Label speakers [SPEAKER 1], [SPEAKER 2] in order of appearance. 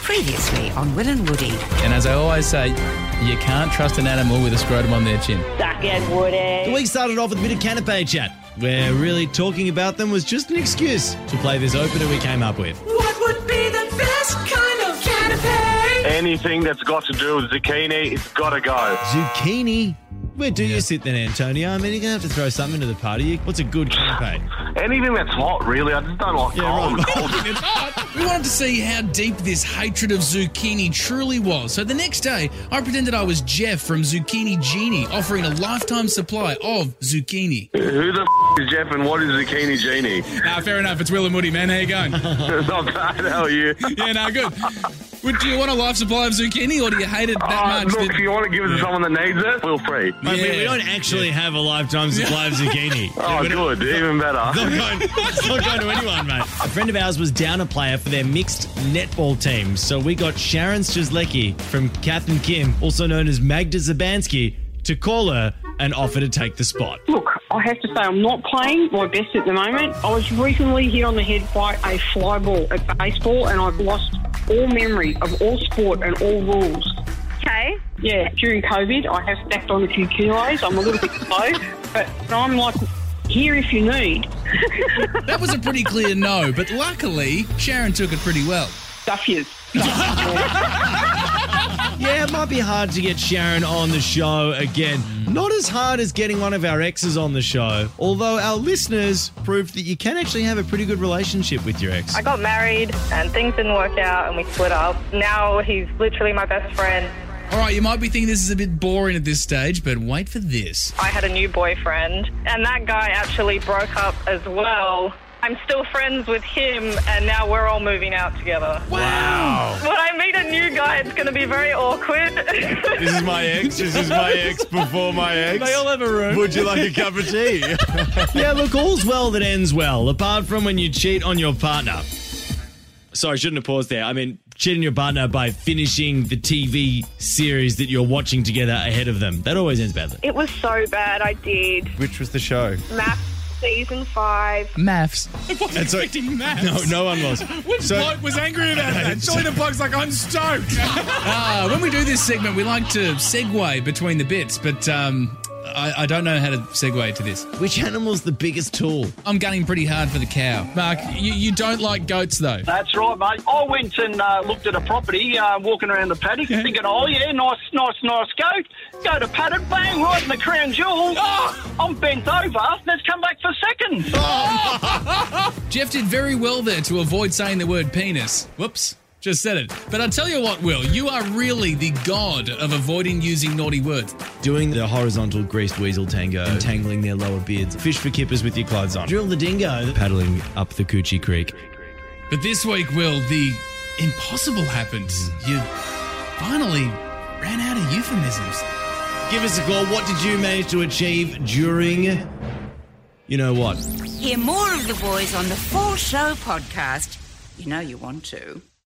[SPEAKER 1] Previously on Will and Woody.
[SPEAKER 2] And as I always say, you can't trust an animal with a scrotum on their chin.
[SPEAKER 3] Duck and Woody.
[SPEAKER 4] The week started off with a bit of canapé chat, where really talking about them was just an excuse to play this opener we came up with.
[SPEAKER 5] What would be the best kind of canapé?
[SPEAKER 6] Anything that's got to do with zucchini, it's got to go.
[SPEAKER 4] Zucchini. Where do you sit then, Antonio? I mean, you're going to have to throw something to the party. What's a good canapé?
[SPEAKER 6] Anything that's hot, really. I just don't like cold.
[SPEAKER 2] We wanted to see how deep this hatred of zucchini truly was. So the next day, I pretended I was Jeff from Zucchini Genie, offering a lifetime supply of zucchini.
[SPEAKER 6] Who the f- is Jeff and what is zucchini genie?
[SPEAKER 2] Nah, fair enough. It's Will and Woody, man. How you going?
[SPEAKER 6] Not bad, how are you?
[SPEAKER 2] yeah, no, good. Would, do you want a life supply of zucchini, or do you hate it that
[SPEAKER 6] Uh,
[SPEAKER 2] much?
[SPEAKER 6] look,
[SPEAKER 2] that-
[SPEAKER 6] if you want to give it to someone that needs it, feel free.
[SPEAKER 4] I mean, we
[SPEAKER 2] Yeah.
[SPEAKER 4] don't actually have a lifetime supply of zucchini.
[SPEAKER 6] Oh, good. Even better.
[SPEAKER 4] It's not going- it's not going to anyone, mate. A friend of ours was down a player for their mixed netball team, so we got Sharon Strzelecki from Kath and Kim, also known as Magda Zabansky, to call her and offer to take the spot.
[SPEAKER 7] Look, I have to say I'm not playing my best at the moment. I was recently hit on the head by a fly ball at baseball and I've lost all memory of all sport and all rules.
[SPEAKER 8] Okay.
[SPEAKER 7] Yeah, during COVID I have stacked on a few kilos. I'm a little bit slow, but I'm like here if you need.
[SPEAKER 2] That was a pretty clear no, but luckily Sharon took it pretty well.
[SPEAKER 7] Stuff you.
[SPEAKER 4] Yeah, it might be hard to get Sharon on the show again. Not as hard as getting one of our exes on the show, although our listeners proved that you can actually have a pretty good relationship with your ex.
[SPEAKER 8] I got married and things didn't work out and we split up. Now he's literally my best friend.
[SPEAKER 2] All right, you might be thinking this is a bit boring at this stage, but wait for this.
[SPEAKER 8] I had a new boyfriend and that guy actually broke up as well. I'm still friends with him and now we're all moving out together.
[SPEAKER 4] Wow.
[SPEAKER 8] When I meet a new guy, it's going to be very awkward.
[SPEAKER 9] This is my ex. This is my ex before my
[SPEAKER 4] They all
[SPEAKER 9] ex.
[SPEAKER 4] have a room.
[SPEAKER 9] Would you like a cup of tea?
[SPEAKER 4] yeah, look, all's well that ends well, apart from when you cheat on your partner. Sorry, shouldn't have paused there. I mean, cheating your partner by finishing the TV series that you're watching together ahead of them. That always ends badly.
[SPEAKER 8] it was so bad, I did.
[SPEAKER 9] Which was the show?
[SPEAKER 8] Math season five.
[SPEAKER 2] Maths.
[SPEAKER 9] And so,
[SPEAKER 2] Maths.
[SPEAKER 4] No, no one was.
[SPEAKER 9] so
[SPEAKER 2] was angry about that. Surely the bloke's like, I'm stoked. uh, when we do this segment, we like to segue between the bits, but um, I, I don't know how to segue to this.
[SPEAKER 4] Which animal's the biggest tool?
[SPEAKER 2] I'm gunning pretty hard for the cow. Mark, you, you don't like goats, though.
[SPEAKER 10] That's right, mate. I went and uh, looked at a property, uh, walking around the paddock, thinking, oh, yeah, nice, nice, nice goat. Go to paddock, bang, right in the crown jewel. I'm bent over. Let's come back for seconds.
[SPEAKER 2] Jeff did very well there to avoid saying the word penis. Whoops. Just said it. But I'll tell you what, Will, you are really the god of avoiding using naughty words.
[SPEAKER 4] Doing the horizontal greased weasel tango, entangling their lower beards, fish for kippers with your clothes on, drill the dingo, paddling up the Coochie Creek.
[SPEAKER 2] But this week, Will, the impossible happened. You finally ran out of euphemisms.
[SPEAKER 4] Give us a call. What did you manage to achieve during? You know what?
[SPEAKER 1] Hear more of the boys on the Full Show podcast. You know you want to.